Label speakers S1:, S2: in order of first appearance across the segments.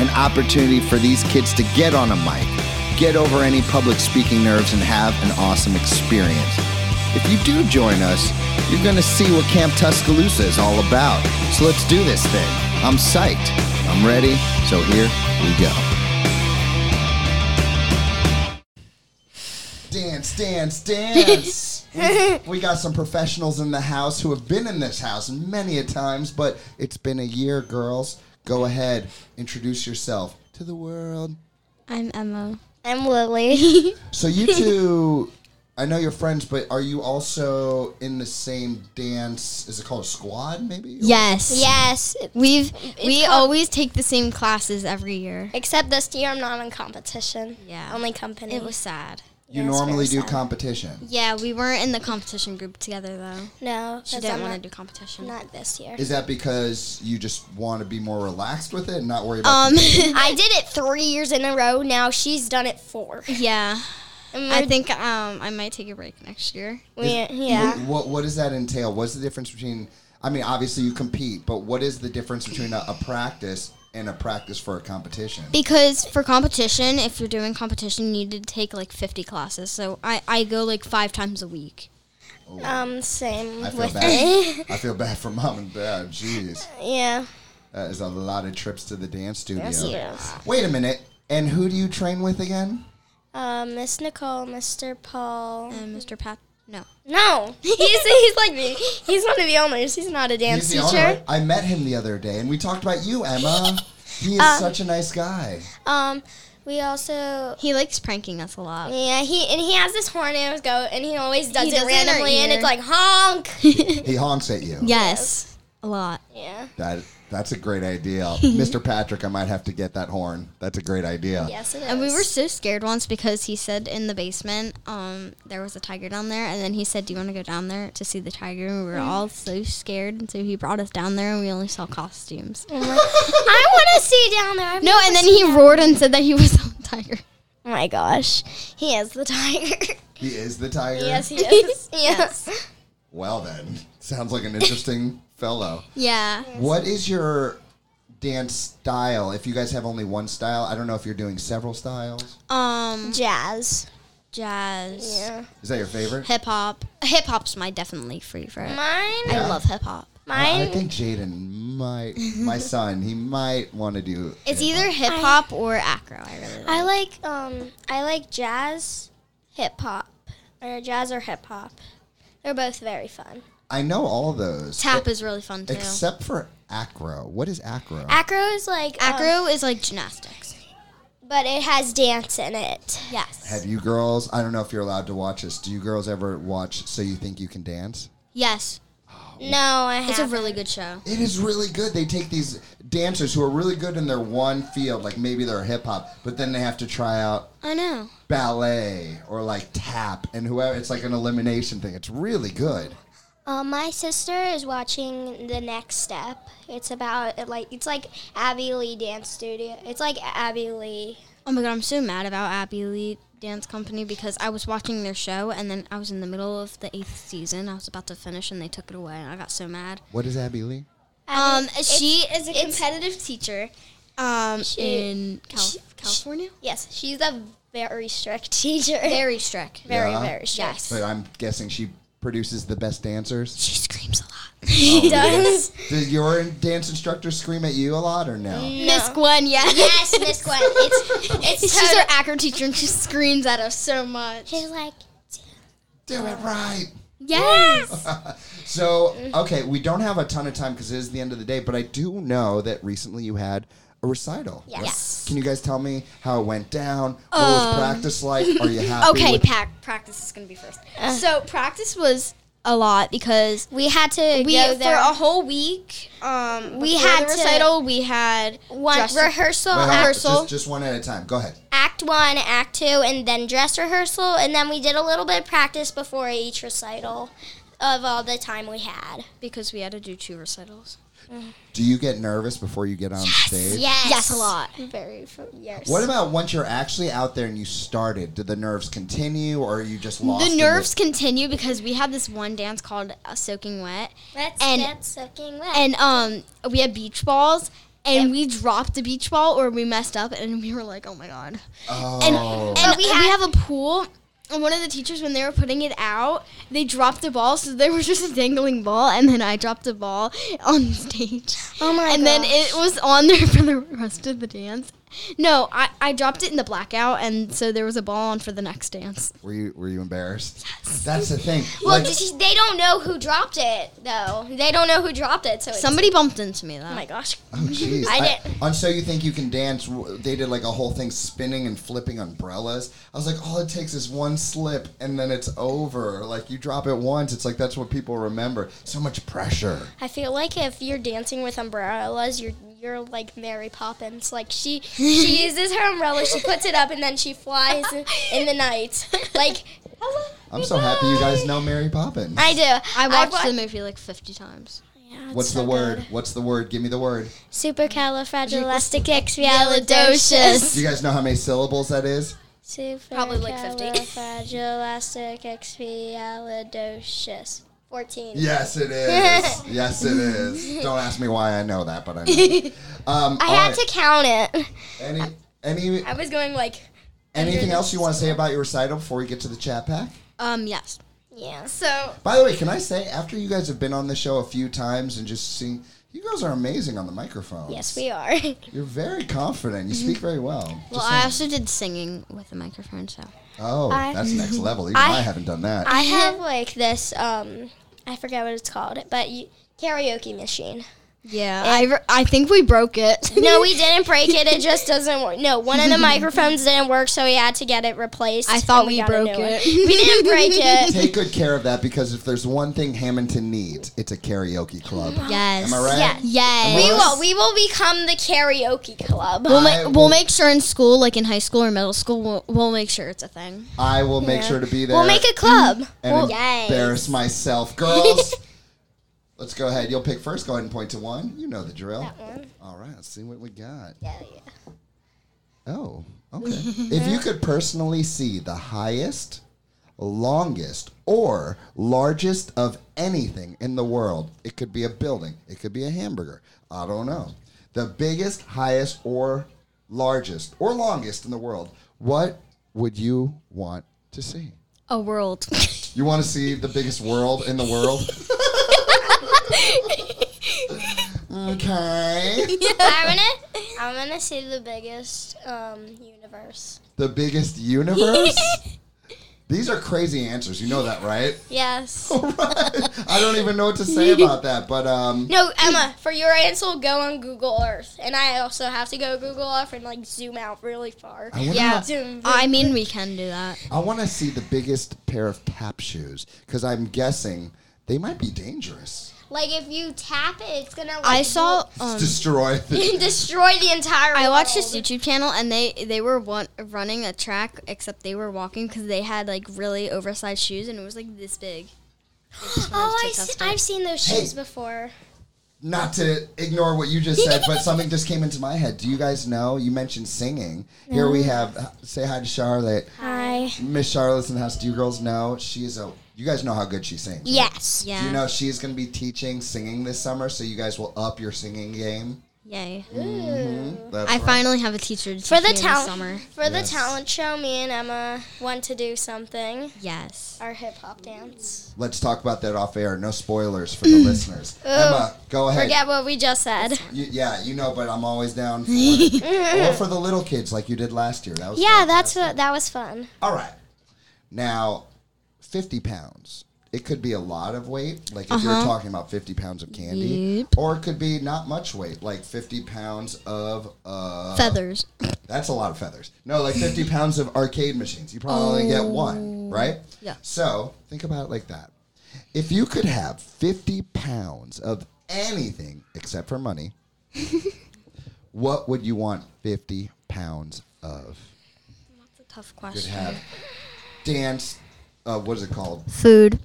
S1: An opportunity for these kids to get on a mic, get over any public speaking nerves, and have an awesome experience. If you do join us, you're going to see what Camp Tuscaloosa is all about. So let's do this thing. I'm psyched. I'm ready. So here we go. Dance, dance, dance. we, we got some professionals in the house who have been in this house many a times, but it's been a year, girls. Go ahead, introduce yourself to the world.
S2: I'm Emma. I'm Lily.
S1: So you two, I know you're friends, but are you also in the same dance? Is it called a squad? Maybe.
S3: Yes.
S2: yes,
S3: We've we
S2: called-
S3: always take the same classes every year.
S2: except this year I'm not in competition.
S3: Yeah.
S2: Only company.
S3: It was sad.
S1: You
S2: Yeah, it's
S1: normally do
S2: very sad.
S1: competition.
S3: Yeah, we weren't in the competition group together though.
S2: No,
S3: She
S2: 'cause
S3: didn't
S2: I'm
S3: want to
S2: not-
S3: do competition.
S2: Not this year.
S1: Is that because you just want to be more relaxed with it and not worry about?
S3: Um
S2: I did it three years in a row. Now she's done it four.
S3: yeah.
S2: And
S3: I
S2: we're-
S3: think um I might take a break next year.
S2: we,
S1: Wh-
S2: yeah.
S1: What, what does that entail? What's the difference between? I mean, obviously you compete, but what is the difference between a, a practice and a practice for a competition?
S3: Because for competition, if you're doing competition, you need to take like 50 classes. So I I go like 5 times a week.
S2: Um, same
S1: I feel
S2: with
S1: bad. I feel bad for mom and dad. Jeez,
S2: yeah.
S1: that is a lot of trips to the dance studio.
S2: Yes, yes.
S1: Wait a minute. And who do you train with again?
S2: Uh, Miss Nicole, Mr. Paul.
S3: And Mr. Pat No.
S2: No, he's he's like me. He's one of the owners. He's not a dance
S1: He's the
S2: teacher.
S1: owner. I met him the other day, and we talked about you, Emma. He is
S2: Uh,
S1: such a nice guy.
S2: Um, we also
S3: He likes pranking us a lot.
S2: yeah he and he has this horn in his goat and he always does
S3: He
S2: it
S3: does it in our
S2: randomly and
S3: ear.
S2: it's like honk.
S1: He honks at you.
S3: Yes. A lot.
S2: yeah.
S1: That that's a great idea, Mr. Patrick. I might have to get that horn. That's a great idea.
S2: Yes, it is.
S3: And we were so scared once because he said in the basement, um, there was a tiger down there, and then he said, "Do you want to go down there to see the tiger?" And we were all so scared, and so he brought us down there, and we only saw costumes.
S2: I want to see down there. I've
S3: No, and then he roared and said that he was a tiger.
S2: Oh my gosh, he is the tiger.
S1: He is the tiger.
S2: yes, he is. yes.
S1: Well then, sounds like an interesting fellow.
S3: Yeah,
S1: What is your dance style? If you guys have only one style, I don't know if you're doing several styles.
S3: um,
S2: Jazz.
S3: jazz,
S2: Yeah.
S1: Is that your favorite?
S3: hip hop. Hip hop's my definitely favorite.
S2: Mine.
S3: I love hip hop.
S1: I, I
S2: Mine.
S1: think Jaden might, my son, he might want to do.
S3: It's either hip hop or acro. I really like.
S2: I like um I like jazz, hip hop, or jazz or hip hop. They're both very fun.
S1: I know all those. e-,
S3: Tap is really fun too.
S1: Except for acro. What is acro?
S2: Acro is like um,
S3: Acro is like gymnastics.
S2: but it has dance in it.
S3: Yes.
S1: Have you girls? I don't know if you're allowed to watch this. Do you girls ever watch So You Think You Can Dance?
S3: Yes.
S2: No, I have.
S3: It's a really good show.
S1: It is really good. They take these dancers who are really good in their one field, like maybe they're hip hop, but then they have to try out
S3: I know.
S1: ballet or like tap and whoever. It's like an elimination thing. It's really good.
S2: Uh, my sister is watching The Next Step. It's about it like it's like Abby Lee Dance Studio. It's like Abby Lee.
S3: Oh my god, I'm so mad about Abby Lee Dance Company because I was watching their show and then I was in the middle of the eighth season. I was about to finish and they took it away and I got so mad.
S1: What is Abby Lee?
S3: Um, she is a
S2: competitive teacher.
S3: um
S2: She-
S3: in Cal- California.
S2: Yes, she's a very strict teacher.
S3: Very strict.
S2: very,
S1: Yeah.
S2: very strict.
S3: Yes.
S1: But I'm guessing she produces the best dancers.
S3: She screams a lot.
S1: um,
S2: She does.
S1: Does your dance instructor scream at you a lot or no?
S3: Miss Gwen, yes.
S2: yes, Miss Gwen. It's it's
S3: She's
S2: total-
S3: our acro teacher and she screams at us so much.
S2: She's like,
S1: Do it right.
S3: Yes.
S1: So, okay, we don't have a ton of time because it is the end of the day, but I do know that recently you had a recital.
S2: Yes. Yes.
S1: Can you guys tell me how it went down? What was practice like? Are you happy?
S3: Um, Okay,
S1: with-
S3: pack practice is gonna be first. so practice was a lot because
S2: we had to
S3: we
S2: go
S3: for
S2: there.
S3: a whole week. Um, we
S2: had
S3: had
S2: to-
S3: recital. We had
S2: one
S3: dress-
S2: rehearsal,
S1: Wait, hold on.
S3: uh,
S2: act,
S3: rehearsal.
S1: Just, just one at a time. Go ahead.
S2: act act one, act two, and then dress rehearsal. And then we did a little bit of practice before each recital of all the time we had.
S3: because we had to do two recitals.
S1: Do you get nervous before you get on stage?
S2: Yes.
S3: Yes, a lot.
S2: Very, yes.
S1: What about once you're actually out there and you started? Do the nerves continue, or are you just lost?
S3: The
S1: in
S3: nerves continue because we had this one dance called uh, Soaking Wet,
S2: Let's
S3: and-
S2: get soaking wet.
S3: and um, we had beach balls, and we dropped a beach ball or we messed up, and we were like, oh my god.
S1: Oh.
S3: And, and
S2: But
S3: we,
S2: we had-
S3: have a pool. And one of the teachers, when they were putting it out, they dropped the ball, so there was just a dangling ball. And then I dropped the ball on stage.
S2: Oh my
S3: And then
S2: gosh.
S3: it was on there for the rest of the dance. No, I, I dropped it in the blackout, and so there was a ball on for the next dance.
S1: were you were you embarrassed? That's the thing.
S2: well,
S1: like,
S2: did she- they don't know who dropped it, though. They don't know who dropped it, so it's,
S3: Somebody bumped into me though.
S2: Oh my gosh.
S1: oh jeez.
S2: I
S1: I-
S2: didn't-
S1: On so you think you can dance? w- They did like a whole thing spinning and flipping umbrellas. I was like, all it takes is one slip, and then it's over. Like you drop it once, it's like that's what people remember. So much pressure.
S2: I feel like if you're dancing with umbrellas, you're you're like Mary Poppins. Like she she uses her umbrella, she puts it up, and then she flies in, in the night. Like
S1: I'm so happy you guys know Mary Poppins.
S2: I do.
S3: I watched
S2: wa-
S3: the movie like 50 times.
S2: Yeah, it's
S1: What's
S2: so
S1: the word?
S2: good.
S1: What's the word? Give me the word.
S2: Supercalifragilisticexpialidocious.
S1: Do you guys know how many syllables that is?
S3: Probably like 50.
S2: Supercalifragilisticexpialidocious. 14.
S1: Yes, it is. yes, it is. Don't ask me why I know that, but I know. Um,
S2: I had to count it.
S1: to. Any, any,
S2: I was going like,
S1: anything else you want to say about your recital before we get to the chat pack?
S3: Um, yes.
S2: yeah.
S3: So
S1: By the way, can I say after you guys have been on the show a few times and just seeing you guys are amazing on the microphone.
S2: Yes, we Mm-hmm. are.
S1: You're very confident. You speak very well.
S3: Well, I also did singing with a microphone, so.
S1: Oh,
S2: I-
S1: that's next level. Even I,
S2: I-
S1: haven't done that.
S2: I have like this, um, I forget what it's called, but you, karaoke machine.
S3: Yeah. I, re- I think we broke it.
S2: No, we didn't break it. It just doesn't work. No, one of the microphones didn't work, so we had to get it replaced.
S3: I thought
S2: and
S3: we,
S2: got a
S3: broke
S2: new one.
S3: it.
S2: We didn't break it.
S1: Take good care of that because if there's one thing Hamilton needs, it's a karaoke club.
S3: Yes.
S1: Am I right?
S2: Yes.
S3: Yes.
S2: We will. We will become the karaoke club.
S3: We'll,
S1: I
S3: ma-
S1: will-
S3: we'll make sure in school, like in high school or middle school, we'll, we'll make sure it's a thing.
S1: I will make sure to be there.
S2: We'll make a club.
S1: and
S2: We'll-
S1: embarrass myself, girls. let's go ahead. You'll pick first. Go ahead and point to one. You know the drill. All right. Let's see what we got.
S2: Yeah, yeah.
S1: Oh, okay. if you could personally see the highest, longest, or largest of anything in the world, it could be a building, it could be a hamburger. I don't know. The biggest, highest, or largest, or longest in the world. What would you want to see?
S3: A world.
S1: You want to see the biggest world in the world? okay.
S2: I'm gonna, I'm gonna see the biggest um, universe.
S1: The biggest universe? These are crazy answers. You know that, right?
S2: Yes.
S1: I don't even know what to say about that, but um,
S2: No, Emma. For your answer, go on Google Earth, and I also have to go Google Earth and like zoom out really far.
S1: I wanna,
S3: yeah.
S2: Zoom.
S3: I mean, we can do that.
S1: I want to see the biggest pair of tap shoes because I'm guessing they might be dangerous.
S2: Like if you tap it, it's gonna. Like,
S3: I saw. Um,
S1: Destroy the
S2: destroy the entire.
S3: I watched
S2: world.
S3: this YouTube channel and they they were one, running a track except they were walking because they had like really oversized shoes and it was like this big.
S2: Oh,
S3: to
S2: I
S3: test
S2: see, I've seen those shoes before.
S1: Not to ignore what you just said, but something just came into my head. Do you guys know? You mentioned singing. Here we have. uh, Say hi to Charlotte.
S2: Hi.
S1: Miss Charlotte's in the house. Do you girls know? She is a. You guys know how good she sings. right?
S2: Yes.
S3: Yeah.
S1: Do you know she's going to be teaching singing this summer, so you guys will up your singing game.
S3: Yay.
S1: That's
S3: I
S1: right.
S3: finally have a teacher to
S2: For
S3: teach
S2: the
S3: me in
S2: talent
S3: summer.
S2: for the
S1: Yes.
S2: talent show, me and Emma want to do something.
S3: Yes.
S2: Our hip hop dance.
S1: Let's talk about that off air. No spoilers for the listeners. Emma, go ahead.
S2: Forget what we just said.
S1: You- yeah, you know, but I'm always down for it. or for the little kids like you did last year. That was
S2: Yeah,
S1: fantastic.
S2: that's what that was fun.
S1: all right. Now, 50 pounds. It could be a lot of weight, like if you're talking about 50 pounds of candy,
S3: Yep.
S1: or it could be not much weight, like 50 pounds of uh,
S3: Feathers.
S1: That's a lot of feathers. No, like 50 pounds of arcade machines. You probably only get one, right?
S3: Yeah.
S1: So think about it like that. If you could have 50 pounds of anything except for money, what would you want 50 pounds of?
S3: Tough
S1: could
S3: question.
S1: have dance. Uh, what is it called?
S3: Food.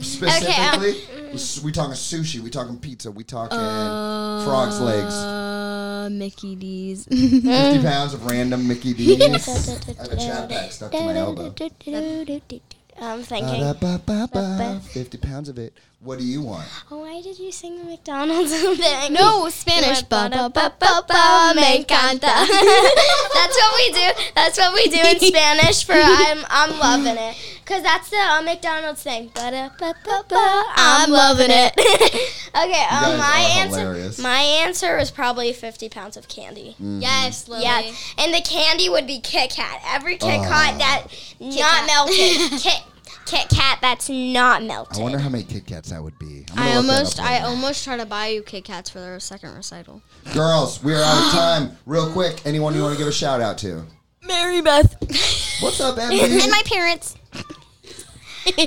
S1: Specifically, s- we talking sushi. We talking pizza. We talking frogs legs.
S3: Uh, Mickey D's.
S1: Fifty pounds of random Mickey D's. I have a chat pack stuck to my elbow.
S2: I'm
S1: Uh,
S2: thinking.
S1: Ba-da-ba-ba-ba, Fifty pounds of it. What do you want?
S2: Oh, why did you sing the McDonald's thing?
S3: no, Spanish. Ba, ba, ba, ba, ba, me encanta.
S2: that's what we do. That's what we do in Spanish. For I'm, I'm loving it. Cause that's the uh, McDonald's thing. Ba-da-ba-ba-ba, I'm loving it.
S3: Um,
S2: okay, um,
S1: guys
S2: my
S1: are
S2: answer.
S1: hilarious. Mm.
S2: My answer was probably 50 pounds of candy.
S3: yes, Lily.
S2: Yeah, and the candy would be Kit Kat. Every Kit Kat
S1: Oh.
S2: that not
S3: Kat.
S2: melted. Kit Kit Kat that's not
S1: I
S2: melted.
S1: wonder how many Kit Kats that would be. I'm gonna
S3: I
S1: look that
S3: almost,
S1: up
S3: I
S1: later.
S3: almost tried to buy you Kit Kats for the second recital.
S1: Girls, we're out of time. Real quick, anyone you want to give a shout out to?
S3: Mary Beth.
S1: What's up,
S3: and
S1: Emily?
S3: my parents.
S2: Hmm,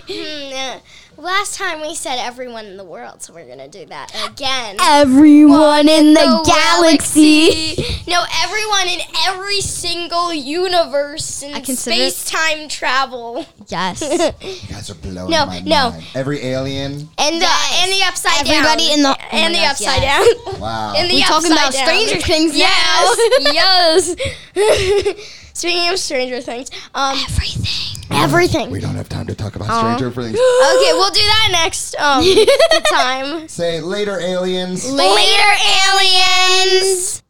S2: uh, Last time we said everyone in the world, so we're gonna do that again.
S3: Oh. Everyone in the
S2: No, everyone in every single universe and
S3: I consider it-
S2: space-time travel.
S3: Yes.
S1: you guys are blowing
S2: No,
S1: my
S2: no.
S1: mind. Every alien.
S2: And the and the upside
S3: Everybody
S2: down.
S3: in the- oh
S2: and
S3: my
S2: the
S3: gosh,
S2: upside
S3: yes.
S2: down.
S1: Wow.
S2: In the
S3: We're talking about
S2: upside down.
S3: Stranger Things now.
S2: Yes, yes. Speaking of Stranger Things, um,
S3: Everything.
S2: everything.
S1: we don't have time to talk about Stranger Things.
S2: Okay, we'll do that next um, time.
S1: Say later, aliens.
S2: Later, aliens.